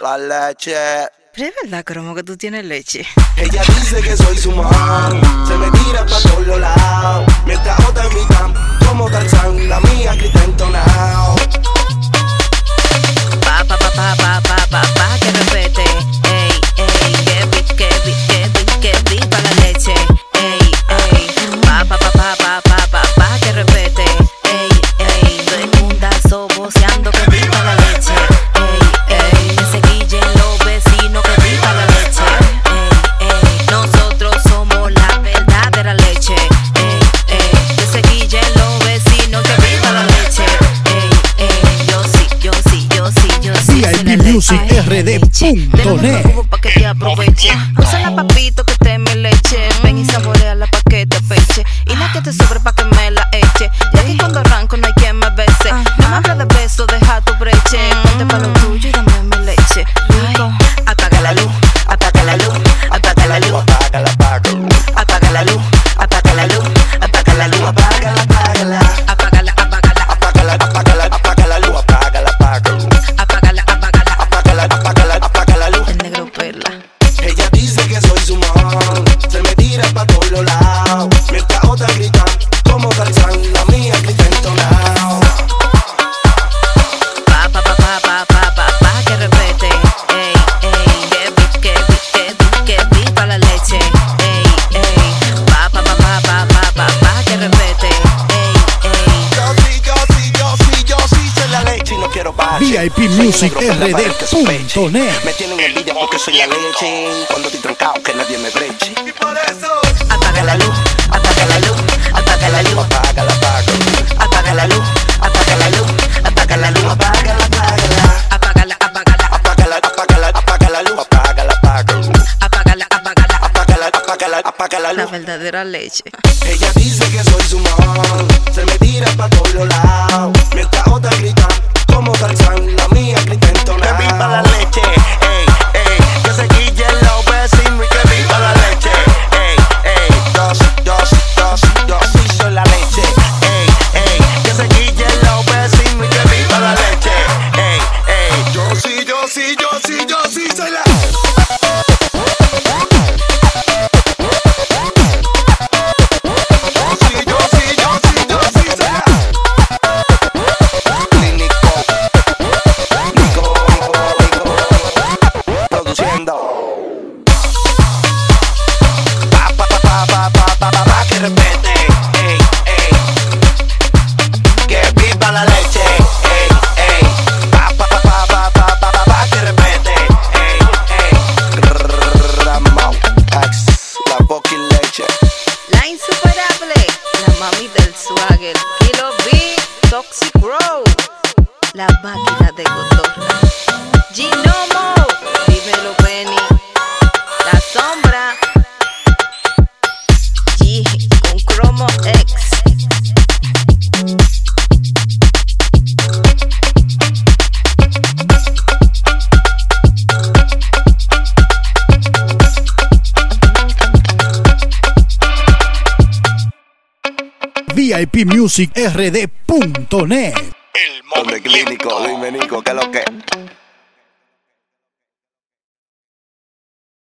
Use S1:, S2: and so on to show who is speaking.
S1: la leche.
S2: Pero es verdad, Cromo, que tú tienes leche.
S1: Ella dice que soy su man, se me tira pa' todos lados. Mientras otras gritan como Tarzán, la mía grita entonado.
S2: Pa, pa, pa, pa, pa, pa, pa, pa, que repete. Ey, ey, que vi, que vi, que vi, que viva la leche. Ey, ey, pa, pa, pa, pa, pa, pa, pa, pa, que repete. Ey, ey, todo el mundazo voceando que viva la leche. Ey, ey, que se guillen los vecinos que viva la leche. Ey, ey, nosotros somos la verdadera leche. Ey, ey, que se guillen los vecinos que viva la leche. Ey, ey, yo sí, yo sí, yo sí, yo sí.
S3: VIP
S2: soy la leche.
S3: Music
S2: Ay,
S3: RD
S2: leche.
S3: punto
S2: Dame un
S3: net.
S2: poco pa' que te aproveche. Úsala, papito, que te me leche. Ven y saborea la pa' que te peche. Y la que te sobre pa' que me la eche. Ya que cuando arranco no hay quien me bese. No me habla de beso, deja tu breche. Ponte pa' lo tuyo y dame mi leche. Rico. Apaga la luz, apaga la luz, apaga la luz.
S1: Apágala, apágala,
S2: Apaga la luz, apaga la luz, apaga la luz.
S1: apágala, apágala,
S2: Apágala, apágala,
S1: apágala, apágala, apaga la luz, apágala, apágala,
S2: apágala, apágala.
S1: apágala, apágala, apaga la luz.
S2: El negro perla.
S1: Ella dice que soy su man, se me tira pa' todos lados. Mientras otras gritan como Tarzán, la mía grita entonado.
S2: Pa, pa, pa, pa, pa, pa, pa, pa, que repete. Ey, ey, que vi, que vi, que vi, que viva la leche. Ey, ey, pa, pa, pa, pa, pa, pa, pa, pa, que repete. Ey, ey.
S1: Yo sí, yo sí, yo sí, yo sí soy la leche y no quiero bache.
S3: VIP
S1: Soy
S3: Music
S1: negro, pero para el que sospeche.
S3: punto net.
S1: Me tienen envidia porque soy la leche. Cuando estoy trancado que nadie me breche. Y por eso.
S2: Apaga la luz, apaga la luz, apaga la luz,
S1: Apágala, apágala,
S2: apaga la luz, apaga la luz, apaga la luz,
S1: apágala,
S2: apágala,
S1: apágala.
S2: apágala,
S1: Apágala, apágala, apaga la luz. Apágala, apágala,
S2: apágala, apágala.
S1: apágala, apágala, apágala la
S2: La
S1: luz.
S2: verdadera leche.
S1: Ella dice que soy su man, se me tira pa' todos lados. Mientras otras gritan como Tarzán, la mía grita entonada. Que viva la leche, ey, ey. Que se quillen los vecinos y que viva la leche, ey, ey. Yo, sí, yo, sí, yo, sí, yo sí soy la leche, ey, ey. Que se quillen los vecinos y que viva la leche, ey, ey. Yo sí, yo sí, yo sí, yo sí soy la Yo sí, yo sí, yo sí, yo sí soy la Clínico, Nico, Nico, Nico, produciendo. Pa, pa, pa, pa, pa, pa, pa, pa, pa, que repete, ey, ey. Que viva la leche, ey, ey. Pa, pa, pa, pa, pa, pa, pa, pa, pa, que repete, ey, ey. Ramón, Axe, la boca y leche.
S2: La insuperable, la mami del swagger, Kilo B, Toxic Row, la máquina de cotorra, Ginomo, dímelo Penny, la sombra, G con cromo X.
S3: VIP Music RD.net.
S1: El Clínico, dime Nico, ¿qué es lo que?